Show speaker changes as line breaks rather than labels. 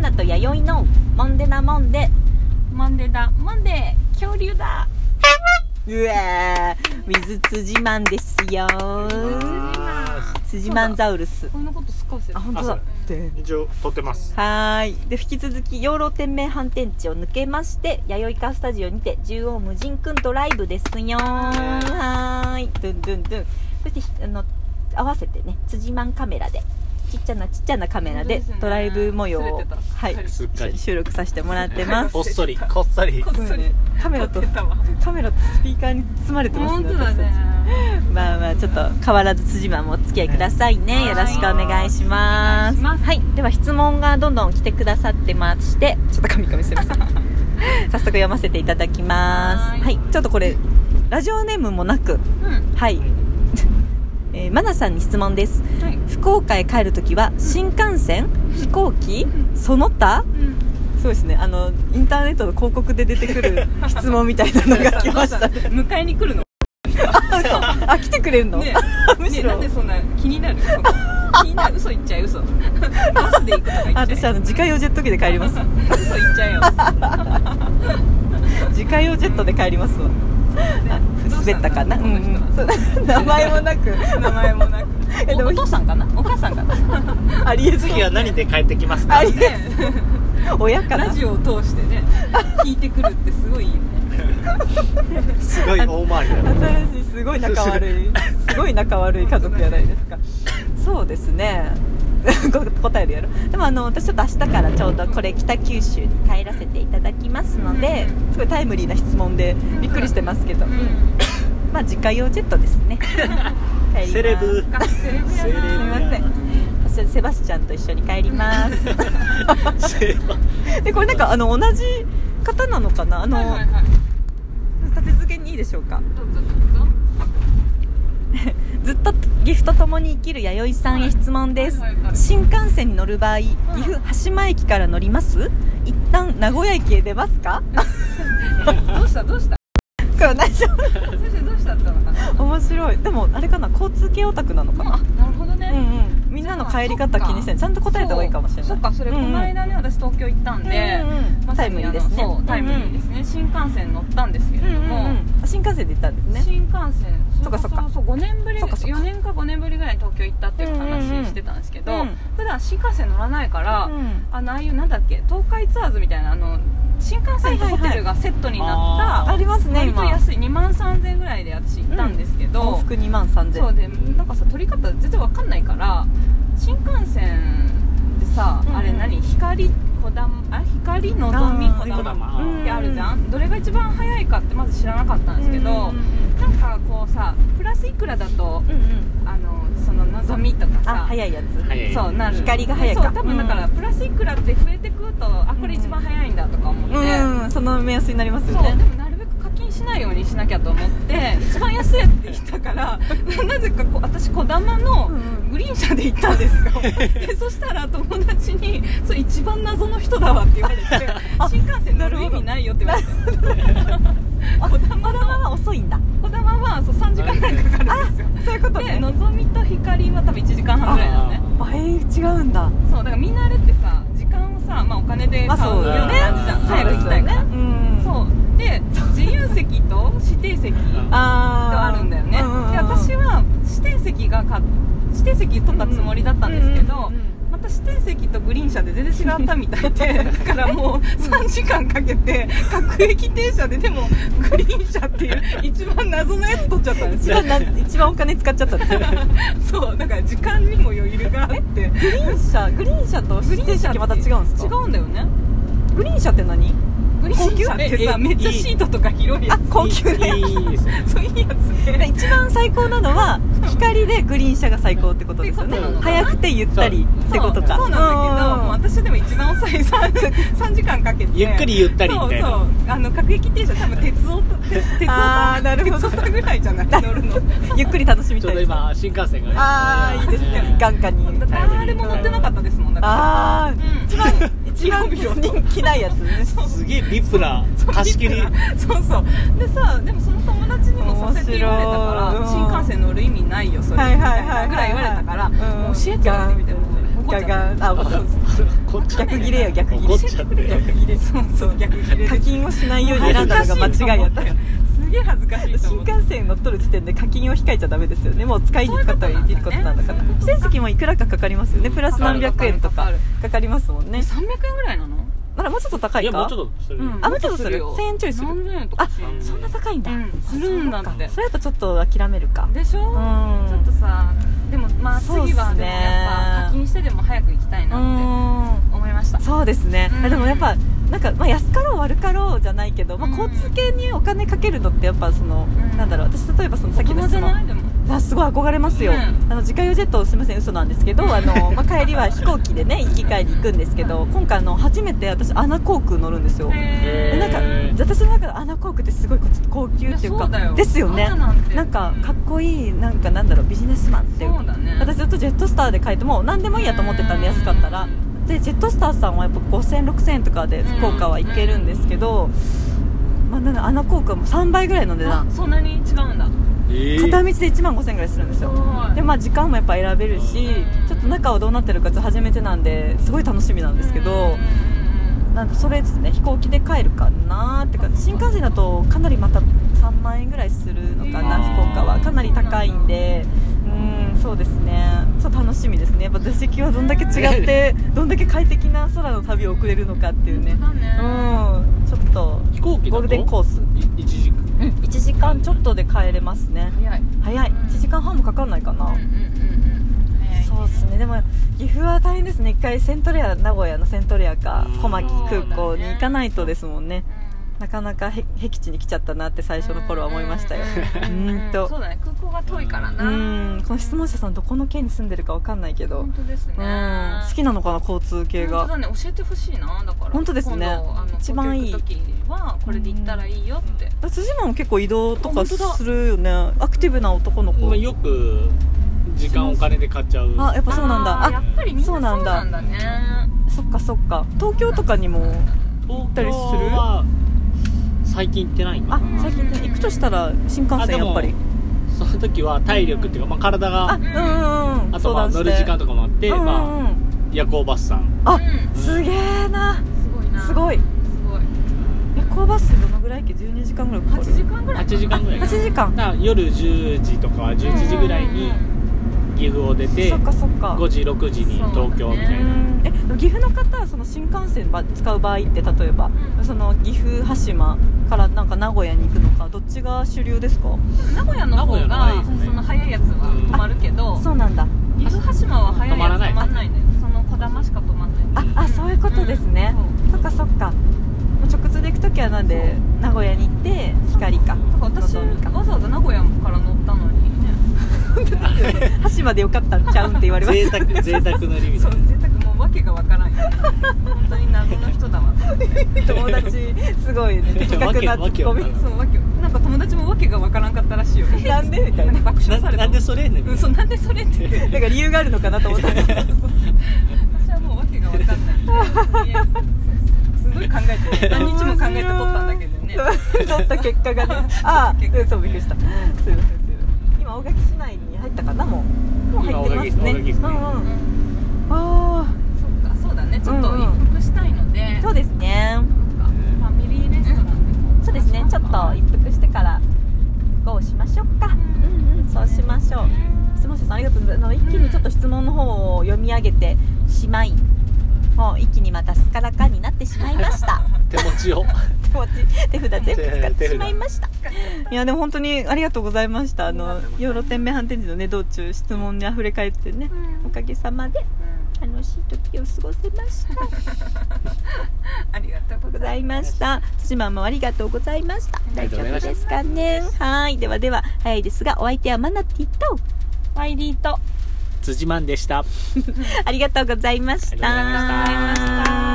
ナと弥生のモンデナモンデ
マンデーだマンデー恐竜だ
うわー水辻マンですよ辻マンザウルス
こんなことすっかりせ
あ本当だ
あ
でん
一応撮ってます
はーいで引き続き養老天命反転地を抜けまして弥生カスタジオにて縦横無尽くんドライブですよーはーいドゥンドゥンドゥンそしてひあの合わせてね辻マンカメラでちっちゃなちっちゃなカメラで
本当ですね
ドライブ模様
す
を
れてた
はい
すっかり
収録させてもらってます
こっそりこっそり
こっそり
カメラ
撮
と
ってたわ
カメラとスピーカーに包まれてます
本当だね
まあまあちょっと変わらず辻間もお付き合いくださいね、
はい
よろしくお願いします
お願いします
はいでは質問がどんどん来てくださってましてちょっとカミカミすい ません早速読ませていただきますは
はいい
ちょっとこれラジオネームもなく
うん
はい、 えー、マナさんに質問です
はい
福岡へ帰るときは新幹線飛行機その他
うん
そうですねあのインターネットの広告で出てく る質問みたいなのが来ました
迎えに来るの
あ来てくれるの、
ね
む
えね
し
え
ろ
なんでそんな気 になる気になる嘘言っちゃう嘘バスで行くとか言っちゃう
あ私あの自家用ジェット機で帰ります
嘘言っちゃうよ
自家用ジェットで帰りますわあ滑ったかな
どうした
うん
んだろうこの人は
うん名前もなく
名前もなく
えで
お
も
お父さんかなお母さん かな
ありえず
次は何で帰ってきますか
ありえ
ね
ず親か
ラ
な
ジオを通してね聞いてくるってすごいいいよね
すごい大回りだよ
新しいすごい仲悪いすごい仲悪い家族じゃないですかそうですね こ答えるやろでもあの私ちょっと明日からちょうどこれ北九州に帰らせていただきますのですごいタイムリーな質問でびっくりしてますけど、まあ自家用ジェットです ね帰ります
セレブ
あセレブや
セレブ
すみません私セバスチャンと一緒に帰ります
セーバー
でこれなんかあの同じ方なのかなあの、
なはいはいはい
立て付けにいいでしょうか
どうぞどうぞ
ずっと岐阜と共に生きる弥生さんへ質問です、
はいはいはい
新幹線に乗る場合岐阜羽島駅から乗ります一旦名古屋駅へ出ますか
どうしたどうした
これ大丈
どうしたどうしたったのかな
夫面白いでもあれかな交通系オタクなのか
あ
な、
なるほどね、
うんうんみんなの帰り方気にせんちゃんと答えた方がいいかもしれない
そうそっかそれ
う
こ
んうん
の間ね、私東京行ったんで、
うんうん
まさ
タイ
に
ムリーですね
あのそうタイムリーですね、新幹線乗ったんですけれ
う
ども、
んうんうんあ新幹線で行ったんですね
新幹線
そっかそっか
うそう5年ぶり
そっかそっか
4年か5年ぶりぐらいに東京行ったっていう話してたんですけど、
うんうんうん
普段新幹線乗らないから、
うん
あのああいうなんだっけ東海ツアーズみたいなあの新幹線とホテルがセットにな
あ
っ
ります
た、
ね
割と
今
安い2万3000円ぐらいで私行ったんですけど、
往復2万3000
そうでなんかさ取り方全然わかんないから新幹線でさ、
うん
あれ何光こだまあ光のぞみこ
あー
だま
うん
ってあるじゃん、どれが一番早いかってまず知らなかったんですけど、
うんうん
なんかこうさプラスいくらだと
うんうん
あのそののぞみとか
あ
さ
早いやつ
早い
そうなる
光が早いか
そう多分だから、プラスいくらって増えてくるとあこれ一番早いんだとか思って、
うん、その目安になります
そ
よ
うで
ね
もなるべく課金しないようにしなきゃと 思って一番安いやつで行ったから なぜかこう私こだま
う
の
ん
グリーン車で行ったんです よでそしたら友達に「それ一番謎の人だわ」って言わ れて「新幹線乗る意味ないよ」って言われて
あこだまは遅いんだ
こだまはそう3時間ぐらいかかるんですよ
そういうこと
で
ね
のぞみと光は多分1時間半ぐらいなのね
倍違うんだ
そうだからみんなあれってさ時間をさ、まあ、お金で買うような感じじゃん、
まあ
早く行きたいから
う、ん
そうで自由席と指定席があ
あー
るんだよね、
うんうんうん
で私は指定席がか指定席取ったつもりだったんですけど、
うんうんうん
また指定席とグリーン車で全然違ったみた いでだからもう3時間かけて各駅停車ででもグリーン車っていう一番謎のやつ取っちゃったんです
一
よ
番な一番お金使っちゃったんですよ
そうだから時間にも余裕があって
グリーン車グリーン車と指定席また違うんですか
違うんだよね
グリーン車って何
グリーン車ってさ
高級
めっちゃシートとか広いや
あ
つ
高級ね
いいですね
そういいやつで
一番最高なのは光でグリーン車が最高ってことですよね
ってことなのかな
早くてゆったりってことか
そうそうなんだけどもう私でも一番遅い 3, 3時間かけて
ゆっくりゆったりみたいな
そうそうあの各駅停車多分鉄オタ鉄鉄オ
あ
タ
ーなるほど
鉄オタぐらいじゃない乗るの
うんゆっくり楽しみ
ち
た
ょう
いで
ど
す
今新幹線がね
ああいいですね
ね
眼下に
誰も乗ってなかったですもんだから
ああ、
うん
一番一番人気ないやつね
すげえリップな
そう
貸し切り
そうそうでさでもその友達にもさせて言われたか
面白い
ら新幹線乗る意味ないよそれ
はいはいはいはい
ぐらい言われたから
うん
もう教えてよってみたいな怒っちゃ
が
う
あそうそう
こっち
逆ギレや逆ギレ
怒っちゃって
逆ギレ
そうそう逆ギレです
課金をしないように選んだのが間違いやった
恥ずかしいと思よすげえ恥ずかしいと
新
思って
幹線乗っとる時点で課金を控えちゃダメですよねもう使いに使ったらいいっていうことなのかな
そういうことなんだね
不正席もいくらかかかりますよねプラス何百円と
かか
か
る
かかりますもんね
300円ぐらいなの
あらもうちょっと高い
い
か
やもうちょっとそれ
あもうちょっとする
よ
1000円ちょいする
何千円と
あ
かする
うん
そんな高いんだ、
うんするんだって
それだとちょっと諦めるか
でしょ、
うん
ちょっとさでもまあ
そうっすね
次はでもやっぱ課金してでも早く行きたいなっ
ん
て思いました
そうですね、
うん
あでもやっぱなんか、まあ、安かろう悪かろうじゃないけど、まあ、
うん
交通系にお金かけるのってやっぱその、
ん
なんだろう私例えばその
大
先
人
の
じ
そ
ゃ
の
ないでも
あすごい憧れますよ、
うん
あの自家用ジェットすみません嘘なんですけどあの、まあ、帰りは飛行機でね行き帰り行くんですけど今回あの初めて私アナ航空乗るんですよ
へ
で
ー
なんか
へー
私の中でアナ航空ってすごいこうちょっと高級っていう
いやそうだ
か
よ
ですよね
アナなんて
なんか
うん
かっこいいなんかなんだろうビジネスマンっていう
そうだね
私ずっとジェットスターで買えてもう何でもいいやと思ってたんで
うん
安かったらでジェットスターさんはやっぱ50006000円とかで福岡は行けるんですけど、まあ、なんだアナ航空も3倍ぐらいの値
あ
段
そんなに違うんだ
えー
片道で1万5000円ぐらいするんです
す
よ
ごい
でまあ時間もやっぱ選べるし
うん
ちょっと中はどうなってるかちょっと初めてなんですごい楽しみなんですけどなんかそれですね飛行機で帰るかなって感じ新幹線だとかなりまた3万円ぐらいするのかな
へー
福岡はかなり高いんでうんそうですねちょっと楽しみですねやっぱ座席はどんだけ違って どんだけ快適な空の旅を送れるのかっていうね
本当だ
う
ね
んちょっと
飛行機だと
ゴールデンコース
い一時間
1時間ちょっとで帰れますね
早い
早い1時間半もかかんないかな、
うんうんうんうん早いね
そうですねでも岐阜は大変ですね一回セントレア名古屋のセントレアか
うん
小牧空港に行かないとですもんね
うん
なかなかへ 僻地に来ちゃったなって最初の頃は思いましたよ う
う
ん
うんうん
ーんと
そうだね空港が遠いから
う
な
ーんこの質問者さんどこの県に住んでるかわかんないけど
本当ですね
うん好きなのかな交通系
本当だ
が
ね教えてほしいなだから
本当ですね
今度あの
一番いい
東京行く時はこれで行ったらいいよって
辻間も結構移動とか
あ本当だ
するよねアクティブな男の子
まあよく時間お金で買っちゃう
あやっぱそうなんだ
あーや
あ
っぱりみんな
そ
そうう
な
なんん
だ
だね
そっかそっか東京とかにも
東
たり
京
する
は最近行ってないか
あ
な
最近行くとしたら新幹
あで
線
も
やっぱり
その時は体力っていうか、まあ、体
あ
が
うんうんうん
あとまあ乗る時間とかもあって、
うんうんうん
まあ、夜行バスさん
あ
うん
すげえな
すごいな
すごい
すごい
夜行バスどのぐらいっけ12時間ぐらいかかる
8時間ぐらい
8時間ぐらいか
8時間
だから夜10時とか11時ぐらいに岐阜を出て
そっかそっか
5時6時に東京みた
う
いな、
んえでも岐阜の方はその新幹線ば使う場合って例えば、
うん
その岐阜羽島からなんか名古屋に行くのかどっちが主流ですか
名古屋の方
名古屋の方がい
が
いですね
その早いやつは止まるけど
そうなんだ
岐阜羽島は早いやつ
止まらない
止まんないねその小玉しか止まんない
ああそういうことですね、そっかそっかもう直通で行く時はなんで名古屋に行って光 か
だから私
のぞみか
わざわざ名古屋から乗ったのにね
羽島でよかったんちゃうんって言われます
贅沢贅沢乗りみ
そ
た
う
い
贅
な
沢もう訳がわからんよ本当に謎の人だわ
友達すごいね 的確なツッコミ
わけわけわかん
そうわけなんか友達も訳がわからんかったらしいよ
なんでみたい
なん
な
か爆笑さ
な
れた
なんでそれね
うんそうなんでそれって
なんか理由があるのかなと思ったんですけど
私はもう訳がわか んないいやすごい考えて何日も考えて撮ったんだけ どね
取った結果が ねああうんそうびっくりしたすいませんすいません今大垣市内に入ったかなもうもう入ってますね
今大垣です
うん
ね
う
うんん
あ
そっかそうだねちょっと
うん
一
うん
服したいので
あ
な
そ
ん
うですね
かファミリーレストランでも
そうですねちょっと一服してからゴーしましょうかうんうんそうしましょう質問者さんありがとうございますあの一気にちょっと質問の方を読み上げてしまいもう一気にまたすっからかんになってしまいました
手持ちを
手持ち手札全部使ってしまいましたいやでも本当にありがとうございましたあの養老天命反転時のね道中質問にあふれ返ってね
うん
おかげさまで楽しい時を過ごせました
ありがとう
ご
ご
ざ
ざい
い
ま
ました対馬もありがとうございました
あ
大
り
丈
がとうござい
夫
ました
ですかねはいではでは早いですがお相手はマナティと
すワイリーと
辻マンでした
ありがとうございました
ありがとうございました